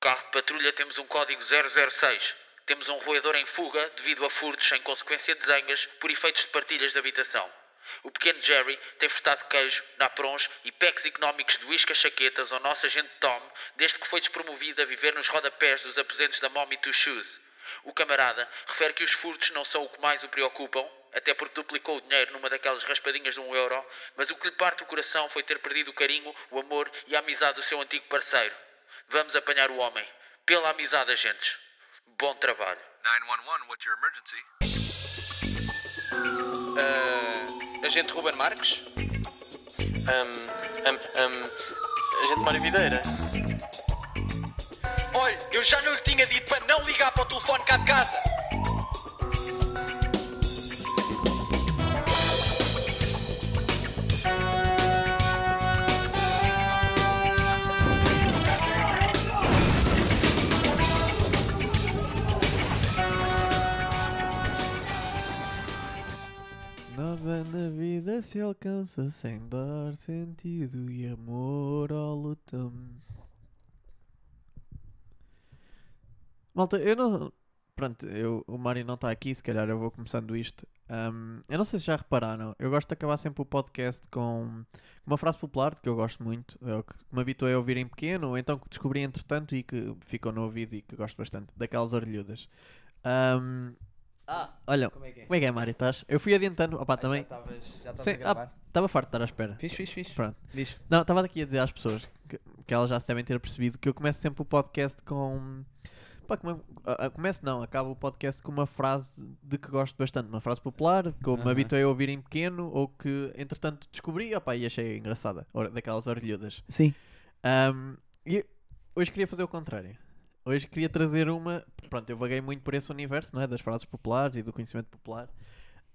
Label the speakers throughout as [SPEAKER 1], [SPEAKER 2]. [SPEAKER 1] Carro de patrulha temos um código 006. Temos um roedor em fuga devido a furtos sem consequência de zangas por efeitos de partilhas de habitação. O pequeno Jerry tem furtado queijo, naprons e packs económicos de uísca chaquetas ao nosso agente Tom desde que foi despromovido a viver nos rodapés dos aposentos da Mommy Two Shoes. O camarada refere que os furtos não são o que mais o preocupam, até porque duplicou o dinheiro numa daquelas raspadinhas de um euro, mas o que lhe parte o coração foi ter perdido o carinho, o amor e a amizade do seu antigo parceiro. Vamos apanhar o homem. Pela amizade, agentes. Bom trabalho.
[SPEAKER 2] 911, what's your emergency?
[SPEAKER 1] agente Ruben Marques?
[SPEAKER 3] Um, um, um, agente Mário Videira.
[SPEAKER 1] Olha, eu já não lhe tinha dito para não ligar para o telefone cá de casa.
[SPEAKER 4] Nada na vida se alcança sem dar sentido e amor ao lutam. Malta, eu não. Pronto, eu, o Mário não está aqui, se calhar eu vou começando isto. Ahm, eu não sei se já repararam, eu gosto de acabar sempre o podcast com uma frase popular de que eu gosto muito, é o que me habituei a ouvir em pequeno, ou então que descobri entretanto e que ficou no ouvido e que gosto bastante, daquelas orelhudas. Ahm,
[SPEAKER 5] Ah,
[SPEAKER 4] olha,
[SPEAKER 5] como é que é?
[SPEAKER 4] como é que é, Mário? Estás? Eu fui adiantando, opá, também.
[SPEAKER 5] Já estavas a
[SPEAKER 4] Sim, ah,
[SPEAKER 5] gravar.
[SPEAKER 4] estava farto de estar à espera.
[SPEAKER 5] Fiz, fiz, fiz.
[SPEAKER 4] Pronto.
[SPEAKER 5] Diz.
[SPEAKER 4] Não, estava aqui a dizer às pessoas que, que elas já se devem ter percebido que eu começo sempre o podcast com. Pá, como é- a- a- começo não, acabo o podcast com uma frase de que gosto bastante, uma frase popular que eu me
[SPEAKER 5] Aham.
[SPEAKER 4] habituei a ouvir em pequeno ou que entretanto descobri opá, e achei engraçada, or- daquelas orelhudas.
[SPEAKER 5] Sim.
[SPEAKER 4] Ahm, e hoje queria fazer o contrário. Hoje queria trazer uma. Pronto, eu vaguei muito por esse universo, não é? Das frases populares e do conhecimento popular.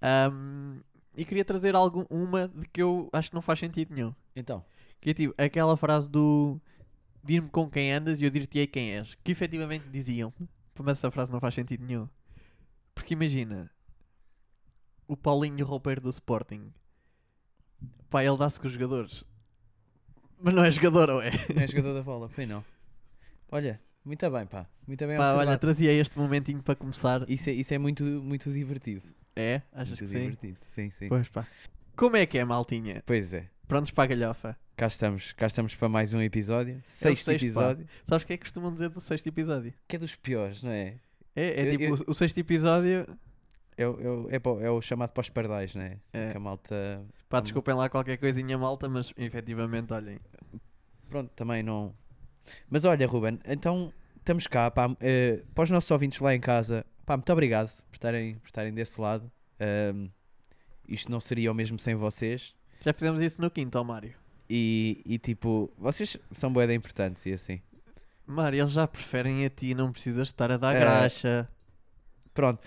[SPEAKER 4] Ahm, e queria trazer algum, uma de que eu acho que não faz sentido nenhum.
[SPEAKER 5] Então.
[SPEAKER 4] Que é tipo aquela frase do Diz-me com quem andas e eu dir-te-ei quem és. Que efetivamente diziam. Mas essa frase não faz sentido nenhum. Porque imagina o Paulinho roupeiro do Sporting. Pá, ele dá-se com os jogadores. Mas não é jogador, ou é?
[SPEAKER 5] Não é jogador da bola, foi não. Olha, muito bem, pá. Muito bem
[SPEAKER 4] Pá, olha,
[SPEAKER 5] observado.
[SPEAKER 4] trazia este momentinho para começar.
[SPEAKER 5] Isso é, isso é muito, muito divertido.
[SPEAKER 4] É? Achas
[SPEAKER 5] muito
[SPEAKER 4] que sim?
[SPEAKER 5] divertido. Sim, sim.
[SPEAKER 4] Pois
[SPEAKER 5] sim.
[SPEAKER 4] pá. Como é que é, maltinha?
[SPEAKER 5] Pois é.
[SPEAKER 4] Prontos para a galhofa?
[SPEAKER 5] Cá estamos. Cá estamos para mais um episódio. Sexto,
[SPEAKER 4] É sexto, pá.
[SPEAKER 5] episódio.
[SPEAKER 4] Sabes o que é que costumam dizer do sexto episódio?
[SPEAKER 5] Que é dos piores, não é?
[SPEAKER 4] É, é
[SPEAKER 5] Eu-
[SPEAKER 4] tipo,
[SPEAKER 5] eu-
[SPEAKER 4] o- o sexto episódio
[SPEAKER 5] É, o- é, o- é, pa- é o chamado para os pardais, não é?
[SPEAKER 4] É.
[SPEAKER 5] Que a malta...
[SPEAKER 4] Pá,
[SPEAKER 5] Hum.
[SPEAKER 4] desculpem lá qualquer coisinha malta, mas efetivamente, olhem.
[SPEAKER 5] Pronto, também não... Mas olha, Ruben, então estamos cá. Pá, eh, para os nossos ouvintes lá em casa, pá, muito obrigado por estarem, por estarem desse lado. Ahm, isto não seria o mesmo sem vocês.
[SPEAKER 4] Já fizemos isso no quinto, ó Mário.
[SPEAKER 5] E, e, tipo, vocês são boeda importantes e assim.
[SPEAKER 4] Mário, eles já preferem a ti, não precisas estar a dar
[SPEAKER 5] É.
[SPEAKER 4] graxa.
[SPEAKER 5] Pronto,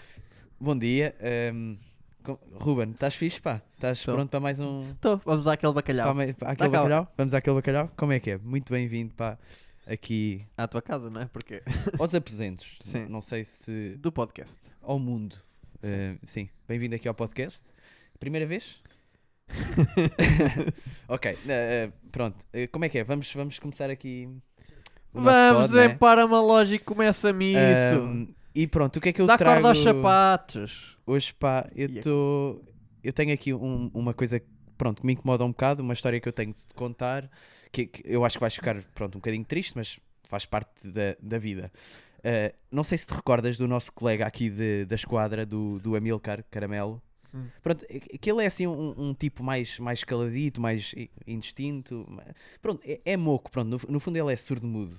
[SPEAKER 5] bom dia. ahm, com- Ruben, estás fixe, pá? Estás
[SPEAKER 4] Tô.
[SPEAKER 5] pronto para mais um.
[SPEAKER 4] Então, vamos àquele
[SPEAKER 5] Para
[SPEAKER 4] bacalhau.
[SPEAKER 5] mais, para aquele
[SPEAKER 4] Dá cá.
[SPEAKER 5] bacalhau? Vamos àquele bacalhau? Como é que é? Muito bem-vindo, pá, aqui
[SPEAKER 4] À tua casa, não é? Porque...
[SPEAKER 5] aos aposentos.
[SPEAKER 4] Sim.
[SPEAKER 5] N- Não sei se.
[SPEAKER 4] Do podcast.
[SPEAKER 5] ao mundo. Ah, sim, bem-vindo aqui ao podcast. Primeira vez? ok, ah, ah, pronto. Ah, como é que é? Vamos, vamos começar aqui. o nosso
[SPEAKER 4] vamos,
[SPEAKER 5] pod, não
[SPEAKER 4] é para uma lógica, começa-me isso.
[SPEAKER 5] Ahm, e pronto, o que é que eu
[SPEAKER 4] Dá
[SPEAKER 5] trago
[SPEAKER 4] corda aos sapatos.
[SPEAKER 5] hoje? Pá, eu
[SPEAKER 4] E é-
[SPEAKER 5] tô- eu tenho aqui um- uma coisa que, pronto, que me incomoda um bocado, uma história que eu tenho de te contar, que, que eu acho que vais ficar pronto, um bocadinho triste, mas faz parte da, da vida. Ah, não sei se te recordas do nosso colega aqui de- da esquadra, do, do Amilcar Caramelo.
[SPEAKER 4] Sim.
[SPEAKER 5] Pronto, é que ele é assim um, um tipo mais, mais caladito, mais i- indistinto. ma- Pronto, é, é moco, pronto, no, no fundo ele é surdo-mudo.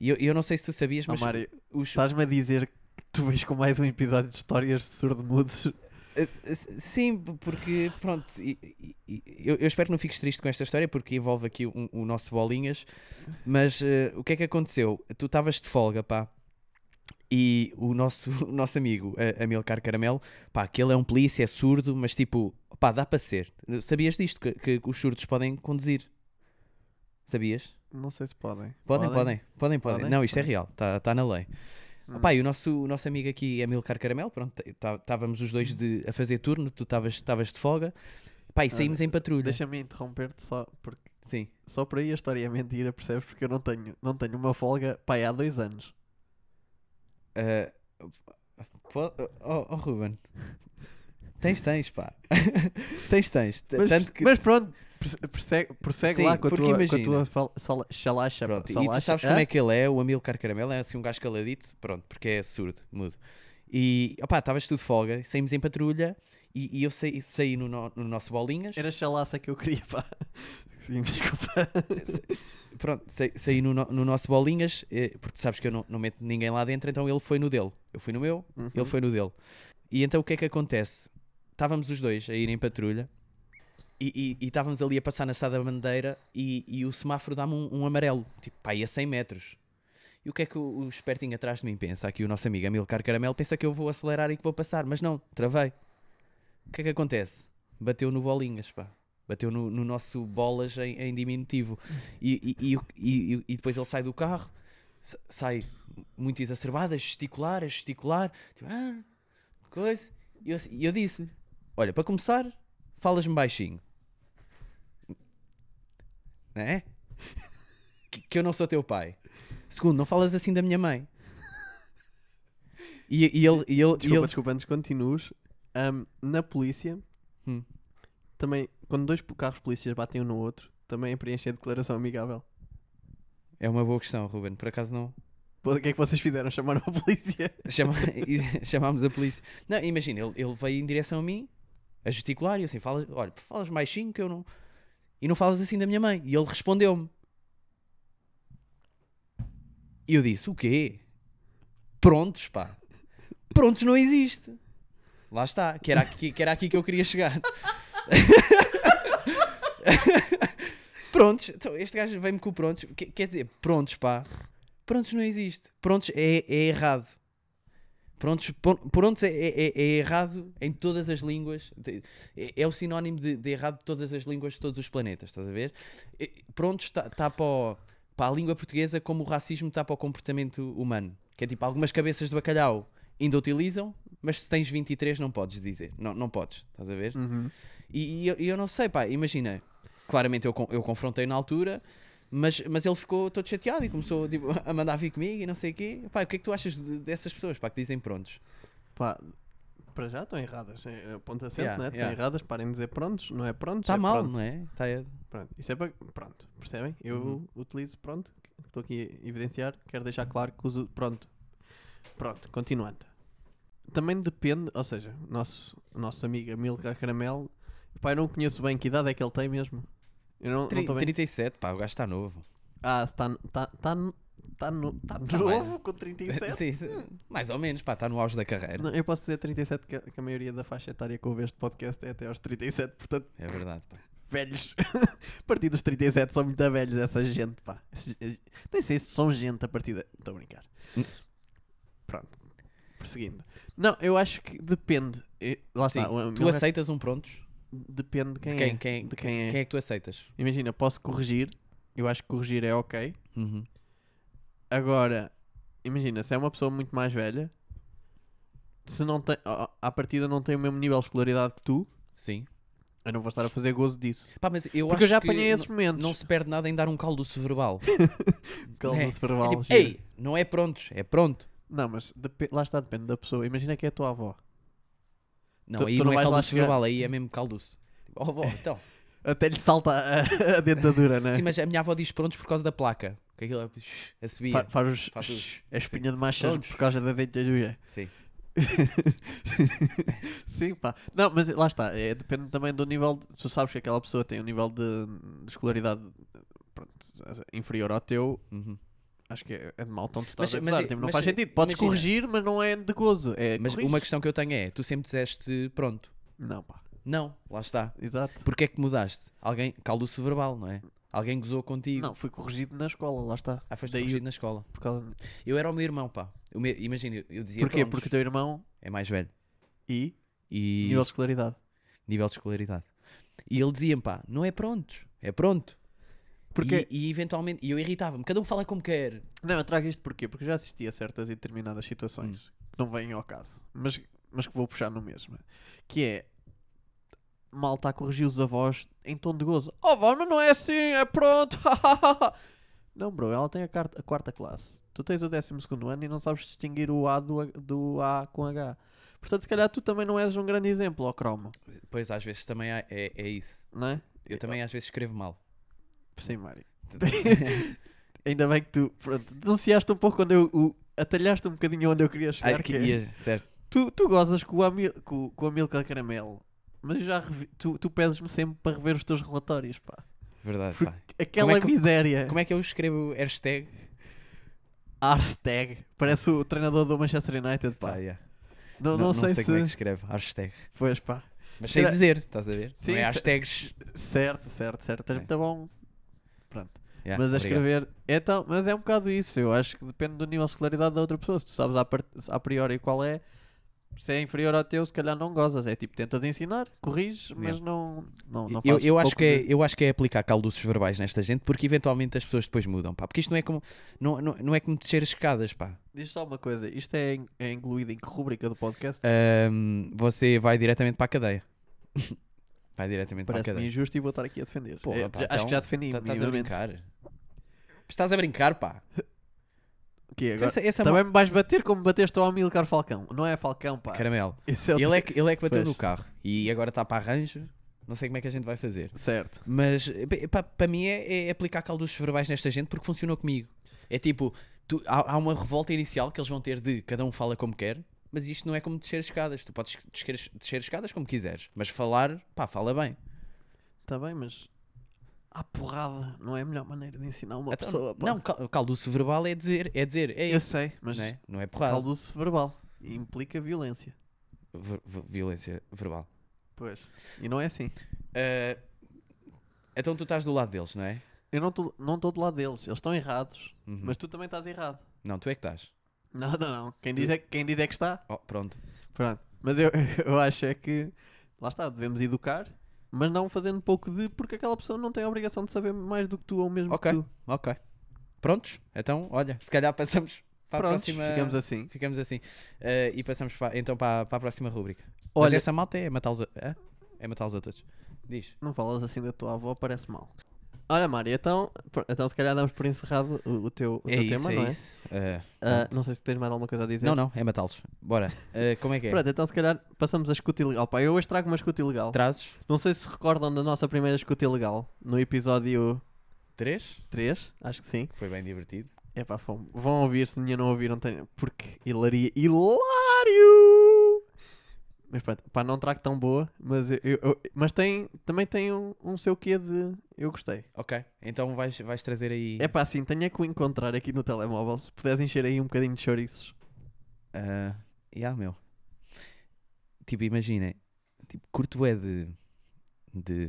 [SPEAKER 5] E eu, eu não sei se tu sabias,
[SPEAKER 4] Não,
[SPEAKER 5] mas
[SPEAKER 4] Mário, tá
[SPEAKER 5] os,
[SPEAKER 4] estás-me a dizer que tu vês com mais um episódio de histórias de surdo-mudos.
[SPEAKER 5] Eh, eh, Sim, p- porque pronto, e- e- e- eu, eu espero que não fiques triste com esta história porque envolve aqui um- o nosso bolinhas, mas eh, o que é que aconteceu? Tu estavas de folga, pá, e o nosso, o nosso amigo eh, Amilcar Caramelo, pá, que ele é um polícia, é surdo, mas tipo, pá, dá para ser. Sabias disto? Que, que os surdos podem conduzir? Sabias?
[SPEAKER 4] Não sei se podem.
[SPEAKER 5] Podem, podem, podem, podem.
[SPEAKER 4] Podem? Hum.
[SPEAKER 5] Não, isto é real, está tá na lei. Pá, e o nosso, o nosso amigo aqui, Amilcar Caramelo, pronto, estávamos os
[SPEAKER 4] Hum.
[SPEAKER 5] dois de,
[SPEAKER 4] Ah,
[SPEAKER 5] a fazer turno, tu estavas estavas de folga, pá, e saímos em patrulha.
[SPEAKER 4] Deixa-me interromper-te só, porque
[SPEAKER 5] Sim.
[SPEAKER 4] Só por aí a história é mentira, percebes? Porque eu não tenho, não tenho uma folga, pá, há dois anos.
[SPEAKER 5] Ah, po- oh, oh, Ruben. Tens, tens, pá. tens, tens. T-
[SPEAKER 4] Mas,
[SPEAKER 5] Tanto que.
[SPEAKER 4] mas pronto, perse- persegue, prossegue
[SPEAKER 5] Sim,
[SPEAKER 4] lá com a
[SPEAKER 5] porque
[SPEAKER 4] tua,
[SPEAKER 5] imagina.
[SPEAKER 4] com a tua fal- sala- chalacha. pá,
[SPEAKER 5] Pronto, e tu
[SPEAKER 4] salacha. Ah?
[SPEAKER 5] sabes como
[SPEAKER 4] Hã?
[SPEAKER 5] é que ele é, o Amilcar Caramelo, é assim um gajo caladito, pronto, porque é surdo, mudo. E opá, estavas tudo de folga, saímos em patrulha e, e eu saí, saí no, no- no nosso bolinhas,
[SPEAKER 4] Era a chalaça que eu queria, pá. Sim, desculpa.
[SPEAKER 5] pronto, saí, saí no, no- no nosso bolinhas, eh, porque tu sabes que eu não, não meto ninguém lá dentro, então ele foi no dele. Eu fui no meu, ele foi no dele. E então o que é que acontece? Estávamos os dois a ir em patrulha e, e- e estávamos ali a passar na Sada Bandeira e, e o semáforo dá-me um, um amarelo, tipo, pá, aí a 100 metros. E o que é que o, o espertinho atrás de mim pensa? Aqui o nosso amigo Amilcar Caramelo pensa que eu vou acelerar e que vou passar, mas não, travei. O que é que acontece? Bateu no bolinhas, pá. Bateu no, no nosso bolas em, em diminutivo. E, e, e o- e- e- e depois ele sai do carro, sa- sai muito exacerbado, a gesticular, a gesticular. Tipo, ah, coisa. E eu, e eu disse-lhe: Olha, para começar, falas-me baixinho. Não é? Que, que eu não sou teu pai. Segundo, não falas assim da minha mãe. E, e ele. E ele, e
[SPEAKER 4] Desculpa,
[SPEAKER 5] ele-
[SPEAKER 4] desculpa, antes continues. Ahm, na polícia,
[SPEAKER 5] Hum.
[SPEAKER 4] também, quando dois po- carros polícias batem um no outro, também preenchem a declaração amigável.
[SPEAKER 5] É uma boa questão, Ruben. Por acaso não.
[SPEAKER 4] Pô, O que é que vocês fizeram? Chamaram a polícia?
[SPEAKER 5] Chama- e chamámos a polícia. Não, imagina, ele, ele veio em direção a mim, a gesticular, e eu assim, fala, olha, falas baixinho que eu não. E não falas assim da minha mãe. E ele respondeu-me. E eu disse, o quê? Prontos, pá. Prontos não existe. Lá está, que era aqui que, era aqui que eu queria chegar. prontos, então este gajo vem-me com o prontos. Que- quer dizer, prontos, pá. Prontos não existe. Prontos é, é errado. Prontos, pon- prontos é, é- é- é errado em todas as línguas. De- É, é o sinónimo de, de errado de todas as línguas de todos os planetas, estás a ver? E- Prontos está para, o- para a língua portuguesa como o racismo está para o comportamento humano. Que é tipo, algumas cabeças de bacalhau ainda utilizam, mas se tens 23 não podes dizer. Não, não podes, estás a ver? E, e eu, e eu não sei, pá, imagina. Claramente eu, con- eu confrontei na altura, mas, mas ele ficou todo chateado e começou tipo, a mandar vir comigo e não sei o quê. Pá, o que é que tu achas de- dessas pessoas, pá, que dizem prontos?
[SPEAKER 4] Pá, para já estão erradas. é, é, Ponto acento,
[SPEAKER 5] Yeah,
[SPEAKER 4] né? Estão
[SPEAKER 5] yeah.
[SPEAKER 4] erradas, parem de dizer prontos, não é prontos.
[SPEAKER 5] Está
[SPEAKER 4] é
[SPEAKER 5] mal,
[SPEAKER 4] pronto.
[SPEAKER 5] não é? Tá, é-
[SPEAKER 4] Pronto, isso é para. Pronto, percebem? Eu
[SPEAKER 5] Uhum.
[SPEAKER 4] utilizo pronto, que estou aqui a evidenciar, quero deixar claro que uso pronto. Pronto, continuando. Também depende, ou seja, o nosso, o nosso amigo Amilcar Caramelo, pá, eu não conheço bem que idade é que ele tem mesmo. Eu não, não
[SPEAKER 5] Tri-
[SPEAKER 4] estou bem.
[SPEAKER 5] 37, pá, o gajo está novo.
[SPEAKER 4] Ah, está tá, tá, no- tá, no- tá
[SPEAKER 5] Tá
[SPEAKER 4] novo
[SPEAKER 5] bem.
[SPEAKER 4] com 37.
[SPEAKER 5] Sim, sim, Mais ou menos, pá, está no auge da carreira.
[SPEAKER 4] é Hum. Não, eu posso dizer 37, que a, que a maioria da faixa etária que ouve este podcast é até aos 37, portanto,
[SPEAKER 5] É verdade, pá.
[SPEAKER 4] velhos. a partir dos 37 são muito velhos essa gente, pá. Esses- eh, Nem sei se são gente a partir da... Estou a brincar.
[SPEAKER 5] Hum.
[SPEAKER 4] Pronto. Prosseguindo. Não, eu acho que depende. Eh, Lá
[SPEAKER 5] Sim,
[SPEAKER 4] está. o- o
[SPEAKER 5] tu
[SPEAKER 4] meu-
[SPEAKER 5] aceitas um prontos?
[SPEAKER 4] Depende de quem,
[SPEAKER 5] De quem,
[SPEAKER 4] é.
[SPEAKER 5] quem,
[SPEAKER 4] de quem,
[SPEAKER 5] quem
[SPEAKER 4] é.
[SPEAKER 5] é que tu aceitas?
[SPEAKER 4] Imagina, posso corrigir. Eu acho que corrigir é ok.
[SPEAKER 5] Uhum.
[SPEAKER 4] Agora, imagina, se é uma pessoa muito mais velha, se não tem... a- À partida não tem o mesmo nível de escolaridade que tu,
[SPEAKER 5] Sim.
[SPEAKER 4] eu não vou estar a fazer gozo disso.
[SPEAKER 5] Pá, mas eu
[SPEAKER 4] Porque eu
[SPEAKER 5] acho
[SPEAKER 4] já
[SPEAKER 5] que
[SPEAKER 4] apanhei
[SPEAKER 5] n-
[SPEAKER 4] esses momentos.
[SPEAKER 5] Não se perde nada em dar um caldo verbal.
[SPEAKER 4] Calma,
[SPEAKER 5] É.
[SPEAKER 4] se verbal,
[SPEAKER 5] É tipo,
[SPEAKER 4] gira.
[SPEAKER 5] Ei, não é prontos, é pronto.
[SPEAKER 4] Não, mas depe- lá está, depende da pessoa. Imagina que é a tua avó.
[SPEAKER 5] Não,
[SPEAKER 4] Tu-
[SPEAKER 5] aí
[SPEAKER 4] tu não
[SPEAKER 5] não é
[SPEAKER 4] vais lá
[SPEAKER 5] calduço
[SPEAKER 4] chegar.
[SPEAKER 5] verbal, aí é mesmo calduço. Oh, avó, então.
[SPEAKER 4] Até lhe salta a, a dentadura, né?
[SPEAKER 5] Sim, mas a minha avó diz prontos por causa da placa. Que aquilo é shh, a subir.
[SPEAKER 4] Fa- faz os,
[SPEAKER 5] Faz os-
[SPEAKER 4] a espinha de machas
[SPEAKER 5] Prontos.
[SPEAKER 4] por causa da dentadura.
[SPEAKER 5] Sim.
[SPEAKER 4] Sim, pá. Não, mas lá está. É, depende também do nível. de- tu sabes que aquela pessoa tem um nível de, de escolaridade pronto, inferior ao teu.
[SPEAKER 5] Uhum.
[SPEAKER 4] Acho que é é de mal tão total.
[SPEAKER 5] Mas-
[SPEAKER 4] Mas,
[SPEAKER 5] mas-
[SPEAKER 4] tipo, não
[SPEAKER 5] mas-
[SPEAKER 4] faz sentido. Podes
[SPEAKER 5] imagina.
[SPEAKER 4] corrigir, mas não é de gozo. É
[SPEAKER 5] Mas
[SPEAKER 4] corriges.
[SPEAKER 5] uma questão que eu tenho é: tu sempre disseste pronto.
[SPEAKER 4] Não, pá.
[SPEAKER 5] Não, lá está.
[SPEAKER 4] Exato.
[SPEAKER 5] Porquê é que mudaste? Alguém, calduço verbal, não é? Alguém gozou contigo.
[SPEAKER 4] Não, fui corrigido na escola, lá está.
[SPEAKER 5] Ah, foste
[SPEAKER 4] Daí
[SPEAKER 5] corrigido na escola.
[SPEAKER 4] Por causa...
[SPEAKER 5] Eu era o meu irmão, pá. O meu- imagina, eu- eu dizia
[SPEAKER 4] Porquê?
[SPEAKER 5] prontos.
[SPEAKER 4] Porque o teu irmão
[SPEAKER 5] é mais velho.
[SPEAKER 4] e
[SPEAKER 5] E
[SPEAKER 4] nível de escolaridade.
[SPEAKER 5] nível de escolaridade. E ele dizia-me, pá, não é prontos, é pronto.
[SPEAKER 4] Porque-
[SPEAKER 5] E, e eventualmente, e eu irritava-me, cada um fala como quer.
[SPEAKER 4] Não, eu trago isto porquê? Porque já assisti a certas e determinadas
[SPEAKER 5] Hum.
[SPEAKER 4] situações que não vêm ao caso, mas, mas que vou puxar no mesmo. Que é malta a corrigir os avós em tom de gozo. Oh, vó, mas não é assim, é pronto. não, bro, ela tem a, carta, a quarta classe. Tu tens o décimo segundo ano e não sabes distinguir o A do, H- do A com H. Portanto, se calhar tu também não és um grande exemplo ao cromo,
[SPEAKER 5] Pois às vezes também há- é, é isso.
[SPEAKER 4] não é?
[SPEAKER 5] Eu também às vezes escrevo mal.
[SPEAKER 4] Sim, Mário. Ainda bem que tu pronto, denunciaste um pouco onde eu. O, atalhaste um bocadinho onde eu queria chegar.
[SPEAKER 5] Ah,
[SPEAKER 4] que é-
[SPEAKER 5] ia- cercerto.
[SPEAKER 4] Tu, tu gozas com a, mil, com, com a Milka Caramelo, mas eu já revi- tu, tu pedes-me sempre para rever os teus relatórios, pá.
[SPEAKER 5] Verdade,
[SPEAKER 4] Porque
[SPEAKER 5] pá.
[SPEAKER 4] aquela
[SPEAKER 5] Como é que-
[SPEAKER 4] miséria.
[SPEAKER 5] Como é que eu escrevo hashtag?
[SPEAKER 4] Arstag, parece o treinador do Manchester United, pá.
[SPEAKER 5] Pá, yeah.
[SPEAKER 4] Não,
[SPEAKER 5] não,
[SPEAKER 4] não sei, se.
[SPEAKER 5] como é que se escreve hashtag.
[SPEAKER 4] Pois, pá.
[SPEAKER 5] Mas sei
[SPEAKER 4] Será-
[SPEAKER 5] dizer, estás a ver?
[SPEAKER 4] Sim,
[SPEAKER 5] não é
[SPEAKER 4] se-
[SPEAKER 5] hashtags.
[SPEAKER 4] Certo, certo, certo. Tens
[SPEAKER 5] É.
[SPEAKER 4] muito bom. Pronto.
[SPEAKER 5] Yeah,
[SPEAKER 4] mas a
[SPEAKER 5] obrigado.
[SPEAKER 4] escrever. Então, mas é um bocado isso. Eu acho que depende do nível de escolaridade da outra pessoa. Se tu sabes a, par- a priori qual é, se é inferior ao teu, se calhar não gozas. É tipo, tentas ensinar, corriges, mas não, não, não
[SPEAKER 5] Eu,
[SPEAKER 4] fazes
[SPEAKER 5] eu, acho
[SPEAKER 4] pouco
[SPEAKER 5] que é,
[SPEAKER 4] de-
[SPEAKER 5] eu acho que é aplicar calduços verbais nesta gente porque eventualmente as pessoas depois mudam, pá. Porque isto não é como, não, não, não é como descer as escadas, pá.
[SPEAKER 4] Diz só uma coisa. Isto é, in- é incluído em que rubrica do podcast?
[SPEAKER 5] É, Ahm, você vai diretamente para a cadeia. vai diretamente para a
[SPEAKER 4] Parece-me
[SPEAKER 5] cadeia.
[SPEAKER 4] injusto e vou estar aqui a defender.
[SPEAKER 5] Porra,
[SPEAKER 4] É,
[SPEAKER 5] pá,
[SPEAKER 4] já- acho
[SPEAKER 5] então,
[SPEAKER 4] que já defendi.
[SPEAKER 5] tá- Estás a
[SPEAKER 4] minimamente.
[SPEAKER 5] brincar? Estás a brincar, pá.
[SPEAKER 4] Que é agora-
[SPEAKER 5] Então essa- essa
[SPEAKER 4] Também me vais bater como bateste ao Amilcar Falcão. Não é Falcão, pá.
[SPEAKER 5] Caramelo.
[SPEAKER 4] Esse é o
[SPEAKER 5] Ele é
[SPEAKER 4] teu-
[SPEAKER 5] que, ele é que bateu
[SPEAKER 4] Pois.
[SPEAKER 5] no carro e agora está para arranjo. Não sei como é que a gente vai fazer.
[SPEAKER 4] Certo.
[SPEAKER 5] Mas eh, pá, para mim é, é aplicar caldos verbais nesta gente porque funcionou comigo. É tipo, tu- há, há uma revolta inicial que eles vão ter de cada um fala como quer, mas isto não é como descer escadas. Tu podes descer, descer escadas como quiseres, mas falar, pá, fala bem.
[SPEAKER 4] Está Tá bem, mas. À porrada não é a melhor maneira de ensinar uma
[SPEAKER 5] Então,
[SPEAKER 4] pessoa. Pá.
[SPEAKER 5] não, cal- calduço verbal é dizer, é dizer, é
[SPEAKER 4] eu
[SPEAKER 5] isso.
[SPEAKER 4] sei, mas.
[SPEAKER 5] Não é, não é porrada.
[SPEAKER 4] Calduço verbal implica violência.
[SPEAKER 5] Ver- ver- violência verbal.
[SPEAKER 4] Pois. E não é assim.
[SPEAKER 5] Ah, então tu estás do lado deles, não é?
[SPEAKER 4] Eu não estou não tô do lado deles. Eles estão errados.
[SPEAKER 5] Uhum.
[SPEAKER 4] Mas tu também estás errado.
[SPEAKER 5] Não, tu é que estás.
[SPEAKER 4] Não, não, não. Quem diz, é, quem diz é que está.
[SPEAKER 5] Oh, pronto.
[SPEAKER 4] Pronto. Mas eu, eu acho é que. Lá está, devemos educar. Mas não fazendo pouco de. Porque aquela pessoa não tem a obrigação de saber mais do que tu ou mesmo
[SPEAKER 5] Ok,
[SPEAKER 4] que tu.
[SPEAKER 5] ok. Prontos? Então, olha, se calhar passamos para
[SPEAKER 4] Prontos,
[SPEAKER 5] a próxima.
[SPEAKER 4] ficamos assim.
[SPEAKER 5] Ficamos assim. Eh, e passamos pa- então para, para a próxima rúbrica. Mas
[SPEAKER 4] Olha-
[SPEAKER 5] essa malta é matá-los a, é? É matá-los a todos. Diz.
[SPEAKER 4] Não falas assim da tua avó, parece mal. Olha, Mário, então, pr- então se calhar damos por encerrado o, o teu, o
[SPEAKER 5] é
[SPEAKER 4] teu
[SPEAKER 5] isso,
[SPEAKER 4] tema,
[SPEAKER 5] é
[SPEAKER 4] não é?
[SPEAKER 5] isso. Eh,
[SPEAKER 4] Ah, não sei se tens mais alguma coisa a dizer.
[SPEAKER 5] não, não, é matá-los. Bora. Eh, como é que é?
[SPEAKER 4] Pronto, então se calhar passamos a escuta ilegal. Pá, eu hoje trago uma escuta ilegal.
[SPEAKER 5] Trazes?
[SPEAKER 4] Não sei se recordam da nossa primeira escuta ilegal, no episódio
[SPEAKER 5] Três?
[SPEAKER 4] 3, acho que sim.
[SPEAKER 5] Que foi bem divertido.
[SPEAKER 4] É pá, vão, vão ouvir, se minha não ouviram, tenho- porque hilaria. Hilário! Mas pronto, pá, não trago tão boa, mas, eu, eu- eu- mas tem, também tem um, um seu quê de. Eu gostei.
[SPEAKER 5] Ok, então vais, vais trazer aí.
[SPEAKER 4] É pá, assim, tenho é que o encontrar aqui no telemóvel. Se puderes encher aí um bocadinho de chouriços.
[SPEAKER 5] Ah, yeah, meu. Tipo, imaginem. Tipo, curto é de, de.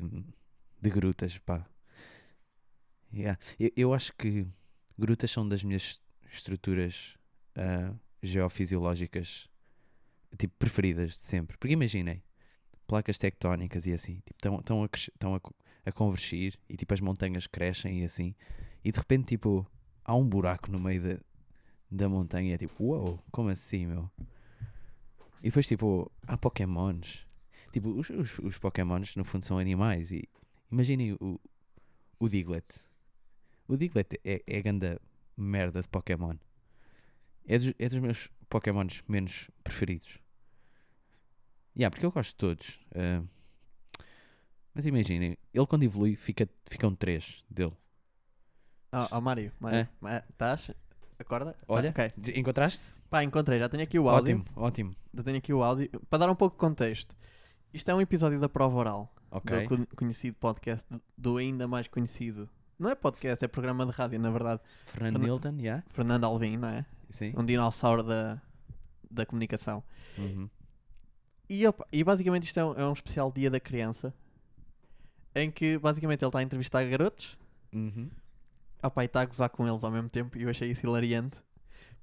[SPEAKER 5] de grutas, pá. Yeah. Eu, eu acho que grutas são das minhas estruturas ah, geofisiológicas tipo, preferidas de sempre. Porque imaginem, placas tectónicas e assim, estão tipo, tão- tão a, cres- tão a, co- a convergir e tipo as montanhas crescem e assim, e de repente tipo há um buraco no meio da, da montanha e é tipo, uau, como assim, meu? E depois tipo, há pokémons. Tipo, os, os, os pokémons no fundo são animais e imaginem o, o Diglett. O Diglett é, é ganda merda de pokémon. É dos, é dos meus pokémons menos preferidos. Yeah, porque eu gosto de todos. ah. mas imaginem, ele quando evolui fica, ficam três dele.
[SPEAKER 4] Ah, ah, Mário, Mário,
[SPEAKER 5] É.
[SPEAKER 4] Ma- estás? Acorda? Tá,
[SPEAKER 5] Olha,
[SPEAKER 4] ok.
[SPEAKER 5] de- encontraste?
[SPEAKER 4] Pá, encontrei, já tenho aqui o áudio.
[SPEAKER 5] Ótimo, ótimo.
[SPEAKER 4] Já tenho aqui o áudio. Para dar um pouco de contexto, isto é um episódio da prova oral.
[SPEAKER 5] Ok.
[SPEAKER 4] Do con- conhecido podcast, do- do ainda mais conhecido. Não é podcast, é programa de rádio, na verdade.
[SPEAKER 5] Fernando
[SPEAKER 4] Fernan-
[SPEAKER 5] Nilton, yeah.
[SPEAKER 4] Fernando Alvim, não é?
[SPEAKER 5] Sim.
[SPEAKER 4] Um dinossauro da, da comunicação.
[SPEAKER 5] Uhum.
[SPEAKER 4] E, opa, e basicamente isto é um, é um especial dia da criança. Em que basicamente ele está a entrevistar garotos.
[SPEAKER 5] Uhum.
[SPEAKER 4] Ah pá, e está a gozar com eles ao mesmo tempo e eu achei isso hilariante.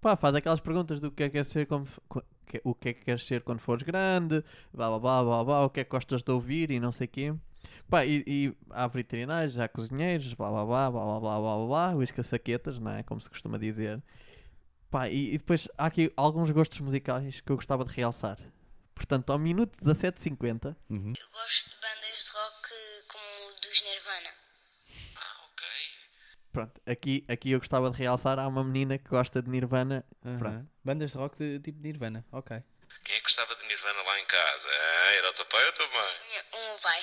[SPEAKER 4] Pá, faz aquelas perguntas do que é que queres ser como, co- que- o que é que queres ser quando fores grande, blá blá blá blá blá, o que é que gostas de ouvir e não sei quê. Pá, e, e há veterinários, há cozinheiros, blá blá blá blá blá blá blá blá blá, o escassaquetas, não é? Como se costuma dizer. Pá, e, e depois há aqui alguns gostos musicais que eu gostava de realçar. Portanto, ao minuto 17.50,
[SPEAKER 5] Uhum.
[SPEAKER 6] Eu gosto de bandas
[SPEAKER 4] Pronto, aqui, aqui eu gostava de realçar, há uma menina que gosta de Nirvana. Pronto.
[SPEAKER 5] Bandas de rock de tipo Nirvana, ok.
[SPEAKER 6] Quem é que gostava de Nirvana lá em casa? Ah, era o teu pai ou a tua mãe?
[SPEAKER 7] Um vai.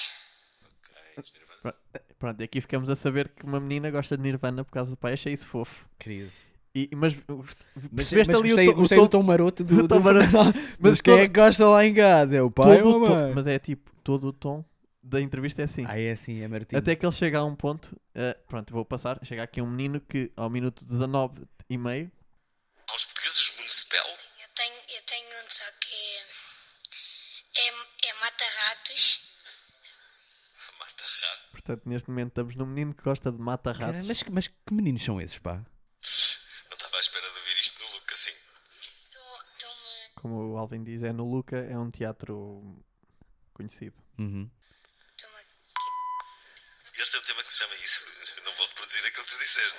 [SPEAKER 6] Ok, os Nirvana.
[SPEAKER 4] Pronto, e aqui ficamos a saber que uma menina gosta de Nirvana por causa do pai, achei isso fofo.
[SPEAKER 5] Querido.
[SPEAKER 4] E, mas gost-
[SPEAKER 5] Mas, é,
[SPEAKER 4] percebeste
[SPEAKER 5] mas
[SPEAKER 4] ali
[SPEAKER 5] gostei,
[SPEAKER 4] o, to- o
[SPEAKER 5] gostei do
[SPEAKER 4] tom-
[SPEAKER 5] tom maroto do,
[SPEAKER 4] o tom
[SPEAKER 5] do
[SPEAKER 4] maroto.
[SPEAKER 5] Fernando. Mas,
[SPEAKER 4] Mas
[SPEAKER 5] quem
[SPEAKER 4] todo-
[SPEAKER 5] é que gosta lá em casa? É o pai
[SPEAKER 4] todo
[SPEAKER 5] ou
[SPEAKER 4] o
[SPEAKER 5] a
[SPEAKER 4] tom-
[SPEAKER 5] mãe?
[SPEAKER 4] mas é tipo, todo o tom da entrevista é assim.
[SPEAKER 5] Ah, é assim, é marotinho.
[SPEAKER 4] Até que ele chega a um ponto, eh, pronto, vou passar, chega aqui um menino que ao minuto 19 e meio,
[SPEAKER 6] Há uns portugueses municipal?
[SPEAKER 7] Eu tenho, eu tenho um só que é, é, é mata-ratos.
[SPEAKER 6] Mata rato.
[SPEAKER 4] portanto neste momento estamos num menino que gosta de
[SPEAKER 5] Cara,
[SPEAKER 4] mata-ratos.
[SPEAKER 5] mas, que- mas que meninos são esses, pá?
[SPEAKER 6] Não estava à espera de ouvir isto do Lucas, assim.
[SPEAKER 7] Tô- tô-me-
[SPEAKER 4] Como o Alvin diz, é no Luca, é um teatro conhecido.
[SPEAKER 5] Uhum.
[SPEAKER 7] tô-me a-
[SPEAKER 6] Eles têm um tema que se chama isso. Não vou reproduzir aquilo que tu disseste.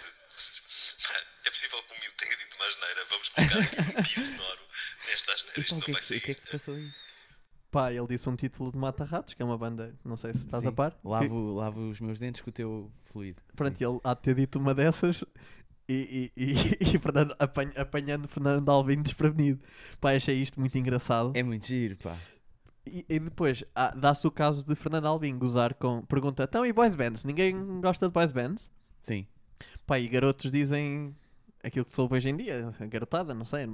[SPEAKER 6] Pá, É possível que o miúdo tenha dito mais neira. Vamos colocar aqui um bi sonoro nesta asneira. Isto
[SPEAKER 5] Então, o
[SPEAKER 6] não
[SPEAKER 5] que, é
[SPEAKER 6] vai
[SPEAKER 5] que, se- o que é
[SPEAKER 6] sair.
[SPEAKER 5] que se passou aí?
[SPEAKER 4] Pá, ele disse um título de Mata-Ratos, que é uma banda, não sei se estás a
[SPEAKER 5] Sim.
[SPEAKER 4] par. que-
[SPEAKER 5] Lavo, lavo os meus dentes com o teu fluido.
[SPEAKER 4] Pronto,
[SPEAKER 5] Sim.
[SPEAKER 4] ele há de ter dito uma dessas e, e, e, e, portanto, apanha- apanhando Fernando Alvim desprevenido. Pá, achei isto muito engraçado.
[SPEAKER 5] É muito giro, pá.
[SPEAKER 4] E, e depois há- dá-se o caso de Fernando Alvim gozar com. Pergunta: então e boys bands? Ninguém gosta de boys bands?
[SPEAKER 5] Sim.
[SPEAKER 4] Pá, e garotos dizem aquilo que soube hoje em dia, a garotada, não sei,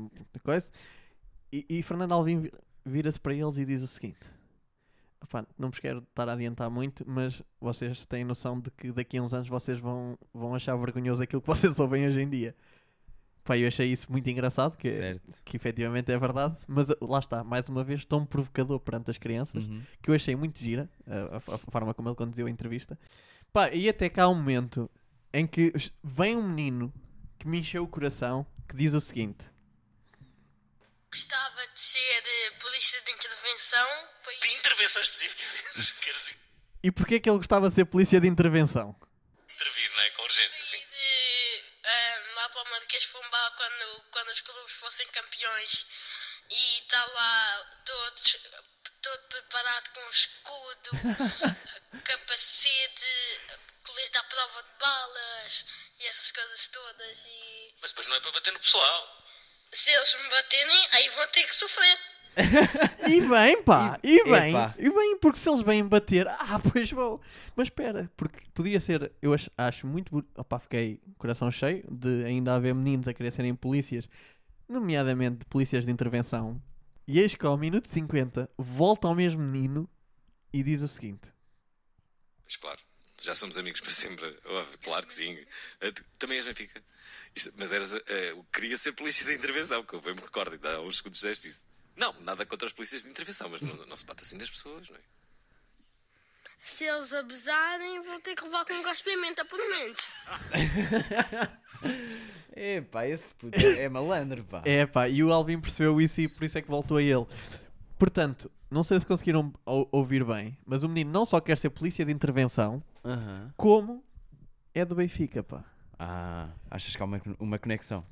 [SPEAKER 4] coisa. E, e Fernando Alvim vi- vira-se para eles e diz o seguinte: "Opá, não vos quero estar a adiantar muito, mas vocês têm noção de que daqui a uns anos vocês vão, vão achar vergonhoso aquilo que vocês ouvem hoje em dia. Pá, eu achei isso muito engraçado, que,
[SPEAKER 5] Certo.
[SPEAKER 4] que efetivamente é verdade, mas uh, lá está, mais uma vez, tão provocador perante as crianças
[SPEAKER 5] Uhum.
[SPEAKER 4] que eu achei muito gira eh, a, a- a forma como ele conduziu a entrevista. Pá, e até cá há um momento em que es- vem um menino que me encheu o coração que diz o seguinte:
[SPEAKER 7] Gostava de ser eh, polícia de intervenção. Pois...
[SPEAKER 6] De intervenção especificamente. Quer dizer,
[SPEAKER 4] E porquê é que ele gostava de ser polícia de intervenção?
[SPEAKER 6] intervir, não é? Com urgência, sim.
[SPEAKER 7] de ah, lá para o Marquês de Pombal quando, quando os clubes fossem campeões e está lá todos, todo preparado com um escudo, capacete, colete à prova de balas e essas coisas todas e
[SPEAKER 6] Mas depois não é para bater no pessoal.
[SPEAKER 7] se eles me baterem aí vão ter que sofrer.
[SPEAKER 4] E bem, pá, e, bem,
[SPEAKER 5] epá.
[SPEAKER 4] e bem, porque se eles vêm bater, ah, pois vou. Mas espera, porque podia ser, eu acho, acho muito. bu- Opá, fiquei coração cheio de ainda haver meninos a querer serem polícias, nomeadamente de polícias de intervenção. E eis que ao minuto 50 volta ao mesmo menino e diz o seguinte:
[SPEAKER 6] Pois claro. Já somos amigos para sempre. Óbvio, claro que sim. Eh, tu- Também és Benfica. Isto- Mas eras. eh, eu queria ser polícia de intervenção, que eu bem me recordo. Ainda há uns segundos disseste isso. Não, nada contra as polícias de intervenção, mas não, não se bate assim nas pessoas, não é?
[SPEAKER 7] Se eles abusarem vão ter que levar com um gás de pimenta por menos.
[SPEAKER 5] Epá, esse puto é malandro, pá.
[SPEAKER 4] É pá, e o Alvin percebeu isso e por isso é que voltou a ele. Portanto, não sei se conseguiram ou- ouvir bem, mas o menino não só quer ser polícia de intervenção,
[SPEAKER 5] Aham.
[SPEAKER 4] como é do Benfica, pá.
[SPEAKER 5] Ah, achas que há uma, uma conexão?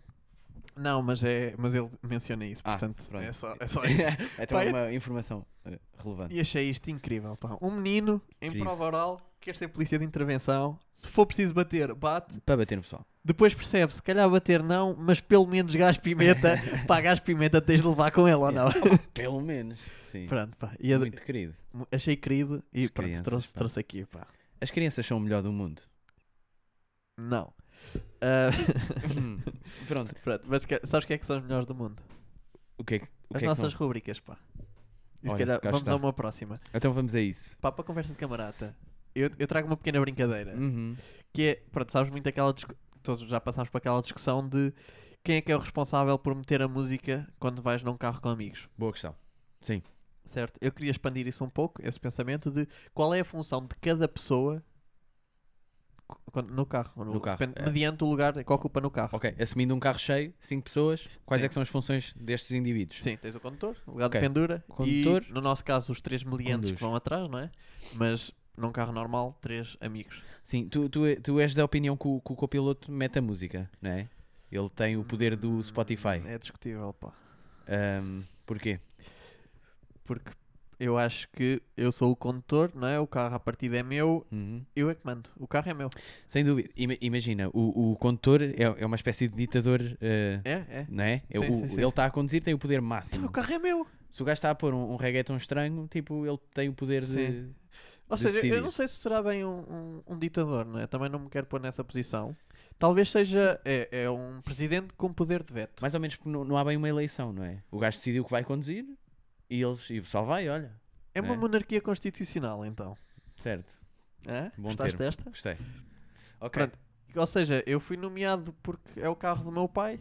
[SPEAKER 4] Não, mas, é, mas ele menciona isso,
[SPEAKER 5] Ah,
[SPEAKER 4] portanto,
[SPEAKER 5] pronto.
[SPEAKER 4] é só, é só isso.
[SPEAKER 5] então
[SPEAKER 4] Pá,
[SPEAKER 5] é
[SPEAKER 4] eu-
[SPEAKER 5] uma informação eh, relevante.
[SPEAKER 4] E achei isto incrível, pá. Um menino em
[SPEAKER 5] Crise.
[SPEAKER 4] prova oral quer ser polícia de intervenção. Se for preciso bater, bate.
[SPEAKER 5] Para bater no pessoal.
[SPEAKER 4] Depois percebe, se calhar bater não, mas pelo menos gás pimenta. pá, gás pimenta tens de levar com ele ou não.
[SPEAKER 5] Pelo menos. Sim.
[SPEAKER 4] pronto, pá. E ad-
[SPEAKER 5] Muito querido.
[SPEAKER 4] achei querido e
[SPEAKER 5] As
[SPEAKER 4] pronto,
[SPEAKER 5] crianças,
[SPEAKER 4] trouxe,
[SPEAKER 5] pá.
[SPEAKER 4] trouxe aqui, pá.
[SPEAKER 5] As crianças são o melhor do mundo.
[SPEAKER 4] Não. Ah,
[SPEAKER 5] Hum. Pronto.
[SPEAKER 4] pronto, mas que- sabes quem é que são os melhores do mundo?
[SPEAKER 5] O que é que, o
[SPEAKER 4] As
[SPEAKER 5] que, é que são?
[SPEAKER 4] nossas rubricas, pá. E se
[SPEAKER 5] Olha,
[SPEAKER 4] calhar
[SPEAKER 5] cá
[SPEAKER 4] vamos
[SPEAKER 5] está.
[SPEAKER 4] a uma próxima.
[SPEAKER 5] Então vamos a isso.
[SPEAKER 4] Pá, para a conversa de camarada, eu, eu trago uma pequena brincadeira.
[SPEAKER 5] Uhum.
[SPEAKER 4] Que é, pronto, sabes muito aquela discu- Todos já passámos por aquela discussão de quem é que é o responsável por meter a música quando vais num carro com amigos,
[SPEAKER 5] Boa questão. Sim.
[SPEAKER 4] certo? Eu queria expandir isso um pouco, esse pensamento de qual é a função de cada pessoa co- quando- no carro,
[SPEAKER 5] No carro,
[SPEAKER 4] depende-
[SPEAKER 5] é.
[SPEAKER 4] mediante o lugar que ocupa no carro.
[SPEAKER 5] Ok, assumindo um carro cheio, 5 pessoas, quais
[SPEAKER 4] Sim.
[SPEAKER 5] é que são as funções destes indivíduos?
[SPEAKER 4] Sim, tens o condutor, o lugar
[SPEAKER 5] Ok.
[SPEAKER 4] de pendura
[SPEAKER 5] Condutor.
[SPEAKER 4] e, no nosso caso, os três meliantes
[SPEAKER 5] Conduz.
[SPEAKER 4] que vão atrás, não é? Mas num carro normal, três amigos.
[SPEAKER 5] Sim, tu, tu, tu és da opinião que o, que o copiloto mete a música, não é? Ele tem o poder do Spotify.
[SPEAKER 4] É discutível, pá.
[SPEAKER 5] Ahm, porquê?
[SPEAKER 4] Porque eu acho que eu sou o condutor, não é? O carro à partida é meu,
[SPEAKER 5] Uhum.
[SPEAKER 4] eu é que mando. O carro é meu.
[SPEAKER 5] Sem dúvida. Ima- imagina, o, o condutor é, é uma espécie de ditador, eh,
[SPEAKER 4] É, é.
[SPEAKER 5] não é? É
[SPEAKER 4] Sim,
[SPEAKER 5] o-
[SPEAKER 4] sim, sim.
[SPEAKER 5] Ele está a conduzir, tem o poder
[SPEAKER 4] Então,
[SPEAKER 5] máximo.
[SPEAKER 4] o carro é meu.
[SPEAKER 5] Se o gajo está a pôr um, um reggaeton estranho, tipo, ele tem o poder de.
[SPEAKER 4] Sim. Ou
[SPEAKER 5] de
[SPEAKER 4] seja,
[SPEAKER 5] decidir.
[SPEAKER 4] eu não sei se será bem um, um- um ditador, não é? Também não me quero pôr nessa posição. Talvez seja é, é um presidente com poder de veto.
[SPEAKER 5] Mais ou menos porque não, não há bem uma eleição, não é? O gajo decidiu que vai conduzir e, eles, e o pessoal vai, olha.
[SPEAKER 4] é uma
[SPEAKER 5] é.
[SPEAKER 4] monarquia constitucional, então.
[SPEAKER 5] Certo.
[SPEAKER 4] É?
[SPEAKER 5] Bom
[SPEAKER 4] Gostaste
[SPEAKER 5] termo.
[SPEAKER 4] desta?
[SPEAKER 5] Gostei. Ok.
[SPEAKER 4] Pronto. Ou seja, eu fui nomeado porque é o carro do meu pai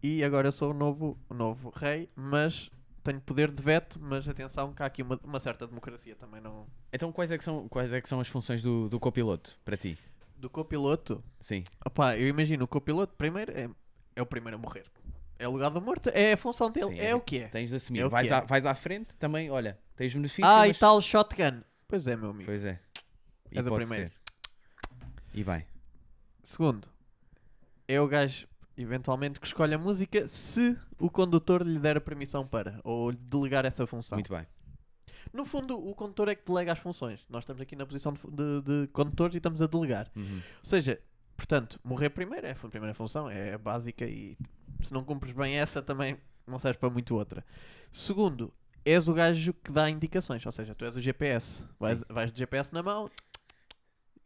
[SPEAKER 4] e agora eu sou o novo, o novo rei, mas tenho poder de veto, mas atenção que há aqui uma, uma certa democracia também não.
[SPEAKER 5] Então quais é que são, quais é que são as funções do, do copiloto para ti?
[SPEAKER 4] Do copiloto.
[SPEAKER 5] Sim.
[SPEAKER 4] Opá, eu imagino o copiloto primeiro é, é o primeiro a morrer. É o lugar do morto, é a função dele,
[SPEAKER 5] Sim,
[SPEAKER 4] é, o que é.
[SPEAKER 5] Tens de assumir.
[SPEAKER 4] É o que
[SPEAKER 5] vais,
[SPEAKER 4] é.
[SPEAKER 5] à, vais à frente também, olha, tens benefícios.
[SPEAKER 4] Ah,
[SPEAKER 5] mas-
[SPEAKER 4] e tal shotgun. Pois é, meu amigo.
[SPEAKER 5] Pois é. E
[SPEAKER 4] És o
[SPEAKER 5] pode
[SPEAKER 4] primeiro.
[SPEAKER 5] ser. E bem.
[SPEAKER 4] Segundo, é o gajo eventualmente que escolhe a música se o condutor lhe der a permissão para ou lhe delegar essa função.
[SPEAKER 5] Muito bem.
[SPEAKER 4] No fundo, o condutor é que delega as funções. Nós estamos aqui na posição de, de, de condutores e estamos a delegar.
[SPEAKER 5] Uhum.
[SPEAKER 4] Ou seja, portanto, morrer primeiro é a primeira função, é a básica e se não cumpres bem essa também não serves para muito outra. Segundo, és o gajo que dá indicações, ou seja, tu és o GPS. Vais, vais de GPS na mão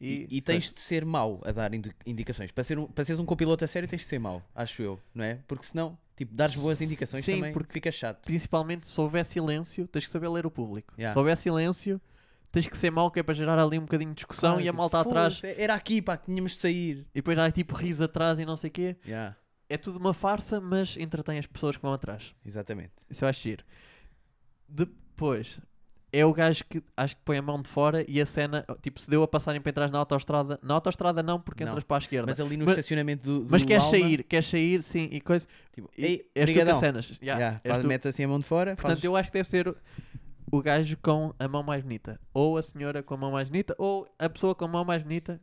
[SPEAKER 5] E,
[SPEAKER 4] e,
[SPEAKER 5] e tens de ser mau a dar indi- indicações. Para, ser um, para seres um copiloto a sério tens de ser mau, acho eu, não é? Porque senão, tipo, dares boas indicações
[SPEAKER 4] Sim,
[SPEAKER 5] também
[SPEAKER 4] porque-
[SPEAKER 5] fica chato.
[SPEAKER 4] Principalmente se houver silêncio, tens que saber ler o público.
[SPEAKER 5] Yeah.
[SPEAKER 4] Se houver silêncio, tens que ser mau, que é para gerar ali um bocadinho de discussão
[SPEAKER 5] Claro,
[SPEAKER 4] e a
[SPEAKER 5] tipo,
[SPEAKER 4] malta atrás.
[SPEAKER 5] "Foda-se, Era aqui, pá, que tínhamos de sair.
[SPEAKER 4] E depois há tipo riso atrás e não sei o quê.
[SPEAKER 5] Yeah,
[SPEAKER 4] É tudo uma farsa, mas entretém as pessoas que vão atrás.
[SPEAKER 5] exatamente.
[SPEAKER 4] Isso eu acho giro. Depois, é o gajo que acho que põe a mão de fora e a cena, tipo, se deu a passarem para trás na autoestrada. Na autoestrada não, porque
[SPEAKER 5] Não,
[SPEAKER 4] entras para a esquerda.
[SPEAKER 5] Mas
[SPEAKER 4] Mas,
[SPEAKER 5] ali no estacionamento do, do
[SPEAKER 4] queres
[SPEAKER 5] Alma,
[SPEAKER 4] sair, queres sair, sim, e coisa.
[SPEAKER 5] Tipo,
[SPEAKER 4] E
[SPEAKER 5] Ei,
[SPEAKER 4] és tu que
[SPEAKER 5] brigadão."
[SPEAKER 4] acenas. Ya,
[SPEAKER 5] Yeah,
[SPEAKER 4] és
[SPEAKER 5] faz-
[SPEAKER 4] tu.
[SPEAKER 5] metes assim a mão de fora.
[SPEAKER 4] Portanto,
[SPEAKER 5] fazes-
[SPEAKER 4] eu acho que deve ser o- o gajo com a mão mais bonita. Ou a senhora com a mão mais bonita, ou a pessoa com a mão mais bonita,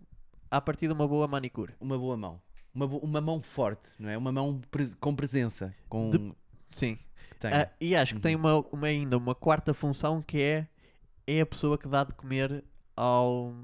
[SPEAKER 4] a partir de uma boa manicure.
[SPEAKER 5] Uma boa mão. Uma, bo- uma mão forte, não é? Uma mão pre- com presença. Com...
[SPEAKER 4] De- Sim.
[SPEAKER 5] que tenha.
[SPEAKER 4] Ah, e acho que
[SPEAKER 5] Uhum.
[SPEAKER 4] tem uma, uma ainda uma quarta função que é é a pessoa que dá de comer ao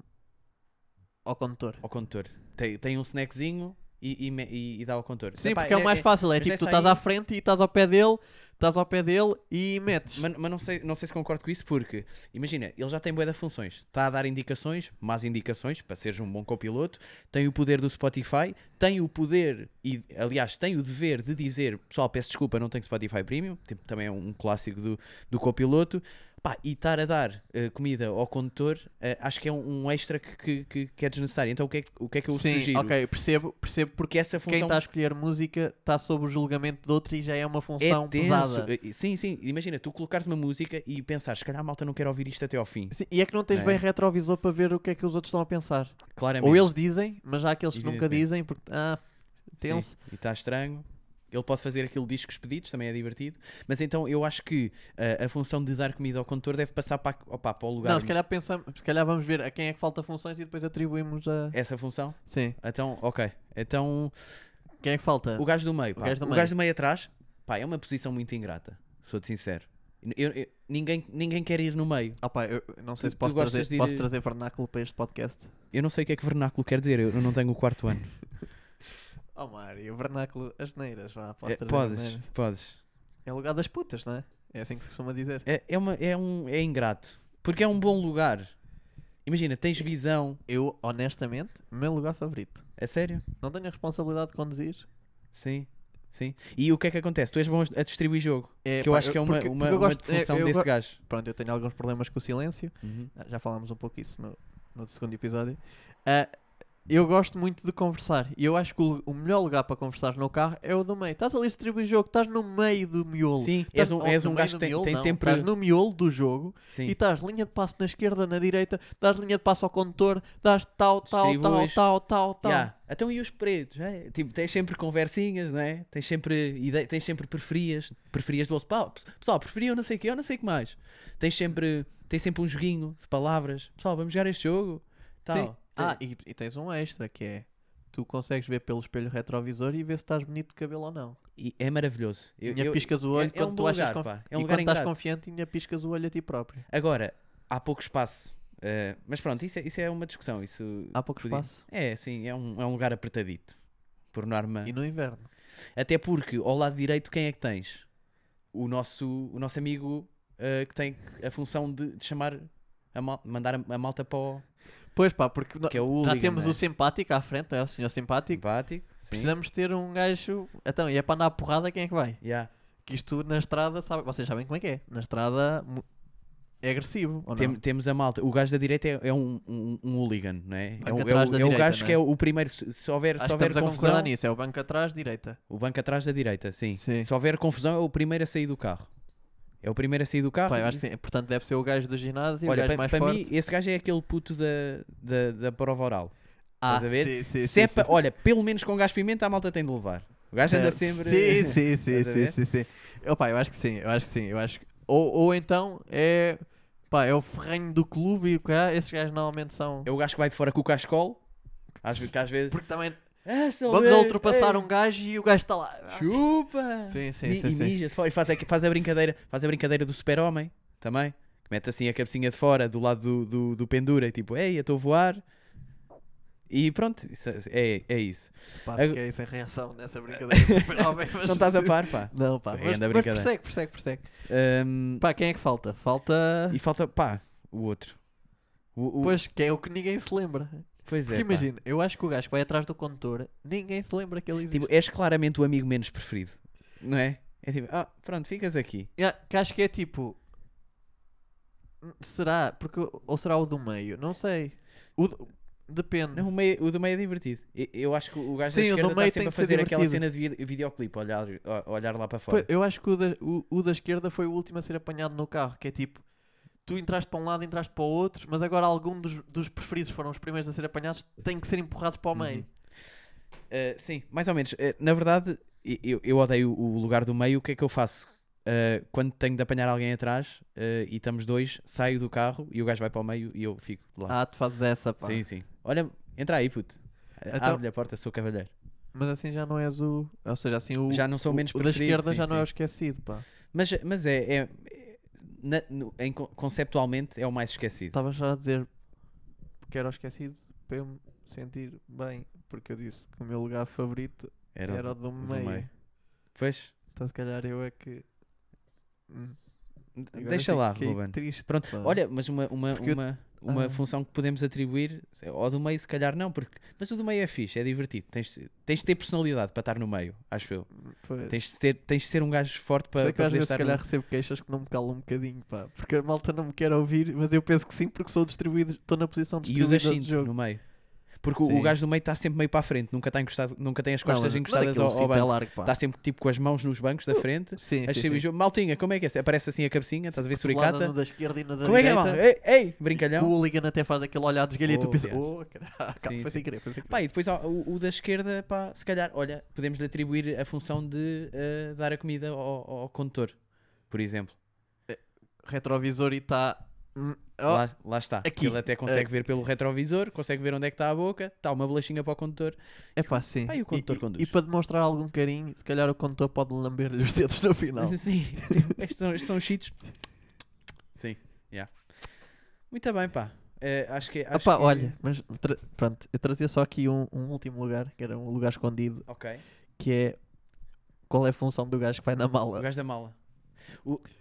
[SPEAKER 4] ao condutor.
[SPEAKER 5] ao condutor. Tem, tem um snackzinho e, e, me- e- e dá ao condutor.
[SPEAKER 4] Sim,
[SPEAKER 5] Epá,
[SPEAKER 4] porque é o mais fácil, é
[SPEAKER 5] mas
[SPEAKER 4] tipo tu
[SPEAKER 5] essa
[SPEAKER 4] estás
[SPEAKER 5] aí-
[SPEAKER 4] à frente e estás ao pé dele, estás ao pé dele e metes.
[SPEAKER 5] Mas, mas não, sei, não sei se concordo com isso, porque imagina, ele já tem boa de funções. Está a dar indicações, más indicações, para seres um bom copiloto. Tem o poder do Spotify, tem o poder, e aliás, tem o dever de dizer: pessoal, peço desculpa, não tenho Spotify Premium. Tipo, também é um clássico do, do copiloto. Pá, e estar a dar eh, comida ao condutor, eh, acho que é um, um extra que, que, que- que é desnecessário. Então, o que é, que- o que, é que eu
[SPEAKER 4] Sim,
[SPEAKER 5] sugiro?
[SPEAKER 4] ok, percebo, percebo porque
[SPEAKER 5] Porque essa função é
[SPEAKER 4] quem está a escolher música está sob o julgamento de outro e já é uma função
[SPEAKER 5] é tenso.
[SPEAKER 4] pesada.
[SPEAKER 5] Sim, sim. Imagina, tu colocares uma música e pensares, se calhar a malta não quer ouvir isto até ao fim.
[SPEAKER 4] Sim, e é que não tens
[SPEAKER 5] Não é?
[SPEAKER 4] bem retrovisor para ver o que é que os outros estão a pensar.
[SPEAKER 5] Claramente.
[SPEAKER 4] Ou eles dizem, mas há aqueles que nunca
[SPEAKER 5] Evidentemente.
[SPEAKER 4] dizem porque ah,
[SPEAKER 5] Sim,
[SPEAKER 4] tenso.
[SPEAKER 5] E está estranho. Ele pode fazer aquilo discos pedidos, também é divertido. Mas então eu acho que ah, a função de dar comida ao condutor deve passar para, a- opá, para o lugar.
[SPEAKER 4] Não, se calhar pensamos, se calhar vamos ver a quem é que falta funções e depois atribuímos a
[SPEAKER 5] Essa função?
[SPEAKER 4] Sim.
[SPEAKER 5] Então, ok. Então,
[SPEAKER 4] Quem é que falta?
[SPEAKER 5] o gajo do meio. pá. O
[SPEAKER 4] gajo
[SPEAKER 5] gajo
[SPEAKER 4] do
[SPEAKER 5] do meio,
[SPEAKER 4] meio.
[SPEAKER 5] atrás, pá, é uma posição muito ingrata. Sou-te sincero. Eu- eu- ninguém, ninguém quer ir no meio.
[SPEAKER 4] Ah pá, eu eu não sei
[SPEAKER 5] Tu-
[SPEAKER 4] se
[SPEAKER 5] tu
[SPEAKER 4] posso
[SPEAKER 5] gostas
[SPEAKER 4] trazer,
[SPEAKER 5] de ir-
[SPEAKER 4] posso trazer vernáculo para este podcast.
[SPEAKER 5] Eu não sei o que é que vernáculo quer dizer. Eu eu não tenho o quarto ano.
[SPEAKER 4] Oh Mário, vernáculo, as neiras, vá, posso
[SPEAKER 5] Eh,
[SPEAKER 4] trazer
[SPEAKER 5] podes,
[SPEAKER 4] asneiras.
[SPEAKER 5] podes.
[SPEAKER 4] É lugar das putas, não é? É assim que se costuma dizer.
[SPEAKER 5] É, é, uma- é um, é ingrato. Porque é um bom lugar. Imagina, tens visão.
[SPEAKER 4] Eu, honestamente, o meu lugar favorito.
[SPEAKER 5] É sério?
[SPEAKER 4] Não tenho a responsabilidade de conduzir.
[SPEAKER 5] Sim. Sim. E o que é que acontece? Tu és bom a distribuir jogo.
[SPEAKER 4] É,
[SPEAKER 5] que eu
[SPEAKER 4] pá,
[SPEAKER 5] acho que é uma,
[SPEAKER 4] porque-
[SPEAKER 5] uma,
[SPEAKER 4] porque eu
[SPEAKER 5] uma
[SPEAKER 4] gosto- é,
[SPEAKER 5] função
[SPEAKER 4] eu
[SPEAKER 5] desse
[SPEAKER 4] go-
[SPEAKER 5] gajo.
[SPEAKER 4] Pronto, eu tenho alguns problemas com o silêncio.
[SPEAKER 5] Uhum.
[SPEAKER 4] Ah, Já falámos um pouco isso no, no segundo episódio. Ah, eu gosto muito de conversar. E eu acho que o, o melhor lugar para conversar no carro é o do meio. Estás ali a distribuir jogo, estás no meio do miolo.
[SPEAKER 5] Sim,
[SPEAKER 4] Estás-
[SPEAKER 5] és um,
[SPEAKER 4] oh,
[SPEAKER 5] és
[SPEAKER 4] no
[SPEAKER 5] um
[SPEAKER 4] meio
[SPEAKER 5] gajo
[SPEAKER 4] do
[SPEAKER 5] que tem,
[SPEAKER 4] miolo,
[SPEAKER 5] tem
[SPEAKER 4] não,
[SPEAKER 5] sempre.
[SPEAKER 4] Estás no miolo do jogo
[SPEAKER 5] Sim.
[SPEAKER 4] e tá, estás linha de passo na esquerda, na direita, dás linha de passo ao condutor, dás tal, tal, tal,
[SPEAKER 5] Distribuis.
[SPEAKER 4] tal, tal, tal.
[SPEAKER 5] Yeah. Então e os pretos? É? Tipo, tens sempre conversinhas, não é? Tens sempre, ide- tens sempre preferias. Preferias do bolso. Pá, pe- Pessoal, preferiam não sei o que, eu não sei o que mais. Tens sempre, tens sempre um
[SPEAKER 4] ah,
[SPEAKER 5] joguinho de palavras. Pessoal, vamos jogar este jogo. Tal.
[SPEAKER 4] Sim. Ah, e, e tens um extra que é tu consegues ver pelo espelho retrovisor e ver se estás bonito de cabelo ou não.
[SPEAKER 5] E é maravilhoso. Eu,
[SPEAKER 4] Tinha
[SPEAKER 5] eu-
[SPEAKER 4] piscas o
[SPEAKER 5] é-
[SPEAKER 4] olho
[SPEAKER 5] é
[SPEAKER 4] quando
[SPEAKER 5] um
[SPEAKER 4] tu
[SPEAKER 5] bom
[SPEAKER 4] achas
[SPEAKER 5] lugar,
[SPEAKER 4] conf-
[SPEAKER 5] pá. É
[SPEAKER 4] e
[SPEAKER 5] um lugar
[SPEAKER 4] quando estás
[SPEAKER 5] ingrato.
[SPEAKER 4] confiante, tinha piscas o olho a ti próprio.
[SPEAKER 5] Agora, há pouco espaço. eh, mas pronto, isso é, isso é uma discussão. Isso
[SPEAKER 4] Há pouco
[SPEAKER 5] podia-
[SPEAKER 4] espaço.
[SPEAKER 5] É, sim, é um, é um lugar apertadito. Por norma.
[SPEAKER 4] E no inverno.
[SPEAKER 5] Até porque ao lado direito quem é que tens? O nosso, o nosso amigo eh, que tem a função de, de chamar a mal- mandar a, a malta para o
[SPEAKER 4] Pois pá, porque nó-
[SPEAKER 5] Que é o
[SPEAKER 4] Tá, já
[SPEAKER 5] hooligan,
[SPEAKER 4] temos
[SPEAKER 5] né?
[SPEAKER 4] o simpático à frente, é o senhor simpático.
[SPEAKER 5] simpático. Sim.
[SPEAKER 4] Precisamos ter um gajo. Então, e é para andar a porrada quem é que vai?
[SPEAKER 5] Yeah.
[SPEAKER 4] Que isto na estrada, sabe... vocês sabem como é que é? Na estrada mu- é agressivo. Ou
[SPEAKER 5] Tem-
[SPEAKER 4] não?
[SPEAKER 5] temos a malta. O gajo da direita é, é um, um, um hooligan, não é? É,
[SPEAKER 4] Banco
[SPEAKER 5] o- é
[SPEAKER 4] atrás
[SPEAKER 5] o,
[SPEAKER 4] da
[SPEAKER 5] é o
[SPEAKER 4] direita,
[SPEAKER 5] gajo
[SPEAKER 4] não é?
[SPEAKER 5] que é o primeiro. Se se houver,
[SPEAKER 4] Acho
[SPEAKER 5] se
[SPEAKER 4] que
[SPEAKER 5] houver
[SPEAKER 4] estamos a concordar
[SPEAKER 5] confusão,
[SPEAKER 4] nisso. É o banco atrás, direita.
[SPEAKER 5] o banco atrás da direita, sim.
[SPEAKER 4] Sim.
[SPEAKER 5] Se houver confusão, é o primeiro a sair do carro. É o primeiro a sair do carro.
[SPEAKER 4] Pá, eu
[SPEAKER 5] e-
[SPEAKER 4] acho que sim. Portanto, deve ser o gajo do ginásio, o
[SPEAKER 5] Olha,
[SPEAKER 4] um gajo
[SPEAKER 5] para,
[SPEAKER 4] mais
[SPEAKER 5] para
[SPEAKER 4] forte.
[SPEAKER 5] mim, esse gajo é aquele puto da, da, da prova oral.
[SPEAKER 4] Ah,
[SPEAKER 5] Estás a ver?
[SPEAKER 4] sim, sim,
[SPEAKER 5] Se é
[SPEAKER 4] sim,
[SPEAKER 5] pa-
[SPEAKER 4] sim.
[SPEAKER 5] Olha, pelo menos com gás pimenta a malta tem de levar. O gajo anda
[SPEAKER 4] Certo.
[SPEAKER 5] sempre.
[SPEAKER 4] Sim, sim, sim,
[SPEAKER 5] Estás a
[SPEAKER 4] sim,
[SPEAKER 5] ver?
[SPEAKER 4] sim, sim. Eu, pá, eu acho que sim, eu acho que sim. Eu acho que- Ou, ou então é. Pá, é o ferrenho do clube e o que há, esses gajos normalmente são.
[SPEAKER 5] É o gajo que vai de fora com o cascol. Às, ve- que às vezes.
[SPEAKER 4] Porque também
[SPEAKER 5] Ah, sou
[SPEAKER 4] vamos a
[SPEAKER 5] eu,
[SPEAKER 4] ultrapassar
[SPEAKER 5] ei,
[SPEAKER 4] um gajo e o gajo está lá. Ah,
[SPEAKER 5] Chupa!
[SPEAKER 4] Sim, sim,
[SPEAKER 5] E-
[SPEAKER 4] sim,
[SPEAKER 5] e
[SPEAKER 4] sim.
[SPEAKER 5] mija de fora. E faz, a, faz a brincadeira, faz a brincadeira do super-homem também. Que mete assim a cabecinha de fora do lado do, do, do pendura e tipo, ei, eu estou a voar. E pronto, isso é, é isso.
[SPEAKER 4] Pá,
[SPEAKER 5] Ag-
[SPEAKER 4] fiquei sem reação nessa brincadeira. do super-homem, mas-
[SPEAKER 5] Não estás a par, pá.
[SPEAKER 4] Não, pá,
[SPEAKER 5] Foi
[SPEAKER 4] mas,
[SPEAKER 5] grande a
[SPEAKER 4] mas
[SPEAKER 5] brincadeira.
[SPEAKER 4] persegue, persegue, persegue.
[SPEAKER 5] Ahm,
[SPEAKER 4] Pá, quem é que falta? Falta.
[SPEAKER 5] e falta, pá, o outro. O, o-
[SPEAKER 4] Pois, que é o que ninguém se lembra.
[SPEAKER 5] pois é.
[SPEAKER 4] Porque
[SPEAKER 5] pá.
[SPEAKER 4] imagina, eu acho que o gajo que vai atrás do condutor, ninguém se lembra que ele existe.
[SPEAKER 5] Tipo, és claramente o amigo menos preferido, não é? É tipo, ah, pronto, ficas aqui.
[SPEAKER 4] Yeah, que acho que é tipo. hum, Será? Porque, ou será o do meio? Não sei. O do- Depende.
[SPEAKER 5] Não, o, meio- o do meio é divertido. E- Eu acho que o gajo
[SPEAKER 4] Hum. Sim, o
[SPEAKER 5] da
[SPEAKER 4] do
[SPEAKER 5] esquerda está
[SPEAKER 4] meio tem
[SPEAKER 5] sempre a
[SPEAKER 4] que ser
[SPEAKER 5] fazer aquela
[SPEAKER 4] divertido.
[SPEAKER 5] cena de vi- videoclipe, olhar, o- olhar lá para
[SPEAKER 4] Pô,
[SPEAKER 5] fora.
[SPEAKER 4] Eu acho que o da, o- o da esquerda foi o último a ser apanhado no carro. Que é tipo. Tu entraste para um lado, entraste para o outro, mas agora algum dos, dos preferidos foram os primeiros a ser apanhados, têm que ser empurrados
[SPEAKER 5] Uhum,
[SPEAKER 4] para o meio.
[SPEAKER 5] Uh, sim, mais ou menos. Uh, na verdade, e- eu, eu odeio o lugar do meio. O que é que eu faço? Uh, quando tenho de apanhar alguém atrás uh, e estamos dois, saio do carro e o gajo vai para o meio e eu fico lá.
[SPEAKER 4] Ah, tu fazes essa, pá.
[SPEAKER 5] sim, sim. Olha, entra aí, puto.
[SPEAKER 4] Então-
[SPEAKER 5] Abre-lhe a porta, sou cavalheiro.
[SPEAKER 4] Mas assim já não és o. Ou seja, assim o.
[SPEAKER 5] Já não sou
[SPEAKER 4] o-
[SPEAKER 5] menos
[SPEAKER 4] o da
[SPEAKER 5] preferido,
[SPEAKER 4] esquerda
[SPEAKER 5] sim,
[SPEAKER 4] já não é o
[SPEAKER 5] sim.
[SPEAKER 4] esquecido, pá.
[SPEAKER 5] Mas, mas é. é- é- na- no- em con- conceptualmente é o mais esquecido.
[SPEAKER 4] Estava já a dizer que era o esquecido para eu me sentir bem, porque eu disse que o meu lugar favorito
[SPEAKER 5] Era,
[SPEAKER 4] era,
[SPEAKER 5] o-
[SPEAKER 4] o do
[SPEAKER 5] do
[SPEAKER 4] meio.
[SPEAKER 5] meio. Pois,
[SPEAKER 4] Então se calhar eu é que. Hum, agora
[SPEAKER 5] deixa
[SPEAKER 4] fiquei-
[SPEAKER 5] lá,
[SPEAKER 4] fiquei
[SPEAKER 5] Ruben.
[SPEAKER 4] Triste,
[SPEAKER 5] Pronto,
[SPEAKER 4] pá.
[SPEAKER 5] olha, mas uma, uma,
[SPEAKER 4] Porque eu-
[SPEAKER 5] uma, uma
[SPEAKER 4] Ah.
[SPEAKER 5] função que podemos atribuir ao do meio, se calhar não, porque mas o do meio é fixe, é divertido. Tens, tens de ter personalidade para estar no meio, acho eu.
[SPEAKER 4] Pois.
[SPEAKER 5] Tens de ser, tens de ser um gajo forte
[SPEAKER 4] Sei
[SPEAKER 5] para,
[SPEAKER 4] que
[SPEAKER 5] para
[SPEAKER 4] às
[SPEAKER 5] poder
[SPEAKER 4] vezes se
[SPEAKER 5] estar no
[SPEAKER 4] calhar recebo queixas que não me calam um bocadinho, pá. Porque a malta não me quer ouvir, mas eu penso que sim, porque sou distribuído, estou na posição de
[SPEAKER 5] e usas
[SPEAKER 4] distribuidor de
[SPEAKER 5] cinto
[SPEAKER 4] jogo.
[SPEAKER 5] no meio. Porque o-
[SPEAKER 4] Sim.
[SPEAKER 5] o gajo do meio está sempre meio para a frente, nunca, está encostado, nunca tem as
[SPEAKER 4] Não,
[SPEAKER 5] costas
[SPEAKER 4] mas- mas
[SPEAKER 5] encostadas
[SPEAKER 4] aquilo,
[SPEAKER 5] ao,
[SPEAKER 4] o
[SPEAKER 5] ao
[SPEAKER 4] cinto é
[SPEAKER 5] banco.
[SPEAKER 4] largo, pá.
[SPEAKER 5] Está sempre tipo com as mãos nos bancos da frente.
[SPEAKER 4] Sim, sim,
[SPEAKER 5] a cheirar
[SPEAKER 4] sim.
[SPEAKER 5] o jogo. Maltinha, como é que é? Aparece assim a cabecinha, estás a ver
[SPEAKER 4] Colada no
[SPEAKER 5] suricata?
[SPEAKER 4] da esquerda e no da
[SPEAKER 5] Como é que é,
[SPEAKER 4] direita.
[SPEAKER 5] mal? Ei, ei,
[SPEAKER 4] O
[SPEAKER 5] brincalhão.
[SPEAKER 4] hooligan até faz aquele olhar de esgalho e tu
[SPEAKER 5] Oh,
[SPEAKER 4] pensas,
[SPEAKER 5] yeah.
[SPEAKER 4] oh, caralho,
[SPEAKER 5] Sim,
[SPEAKER 4] foi sem
[SPEAKER 5] sim.
[SPEAKER 4] querer, foi sem querer.
[SPEAKER 5] Pá, e depois há o, o da esquerda, pá, se calhar, olha, podemos lhe atribuir a função de eh, dar a comida ao, ao condutor, por exemplo.
[SPEAKER 4] Retrovisor e está. Hum, oh,
[SPEAKER 5] lá, lá está.
[SPEAKER 4] aqui, eh,
[SPEAKER 5] Ele até consegue ver pelo retrovisor, consegue ver onde é que está a boca, está uma bolachinha para o condutor.
[SPEAKER 4] É pá, sim.
[SPEAKER 5] Pá, e o condutor conduz.
[SPEAKER 4] E, para demonstrar algum carinho, se calhar o condutor pode lamber-lhe os dedos no final.
[SPEAKER 5] Sim, tem- estes são, estes são cheats. Sim, já. Muito bem, pá. Eh, acho que. Acho
[SPEAKER 4] Opa,
[SPEAKER 5] que-
[SPEAKER 4] olha, mas tra- pronto, eu trazia só aqui um, um último lugar, que era um lugar escondido,
[SPEAKER 5] Ok.
[SPEAKER 4] que é qual é a função do gajo que vai na
[SPEAKER 5] O
[SPEAKER 4] mala?
[SPEAKER 5] gajo da mala.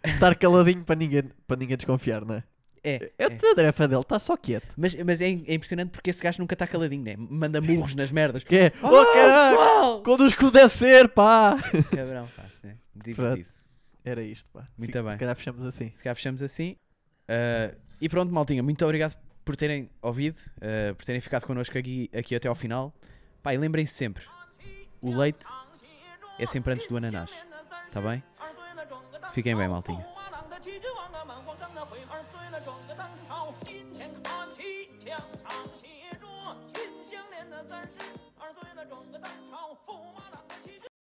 [SPEAKER 4] Estar caladinho para ninguém, para ninguém desconfiar, não é?
[SPEAKER 5] É.
[SPEAKER 4] É
[SPEAKER 5] é.
[SPEAKER 4] a tarefa dele, está só quieto.
[SPEAKER 5] Mas, mas é, im- é impressionante porque esse gajo nunca está caladinho, né? Manda murros nas merdas.
[SPEAKER 4] Que é, oh,
[SPEAKER 5] Oh,
[SPEAKER 4] caralho,
[SPEAKER 5] pessoal!
[SPEAKER 4] conduz como deve ser, pá!
[SPEAKER 5] Cabrão, pá. É, divertido.
[SPEAKER 4] Era isto, pá.
[SPEAKER 5] Muito
[SPEAKER 4] Fica-
[SPEAKER 5] bem.
[SPEAKER 4] Se calhar fechamos assim.
[SPEAKER 5] Se cá fechamos assim. Ah, e pronto, maltinha, muito obrigado por terem ouvido, ah, por terem ficado connosco aqui, aqui até ao final. Pá, e lembrem-se sempre, o leite é sempre antes do ananás, tá bem? Fiquem bem, maltinha.
[SPEAKER 8] 我让他去，就往那蛮荒当那回儿，碎了整个当。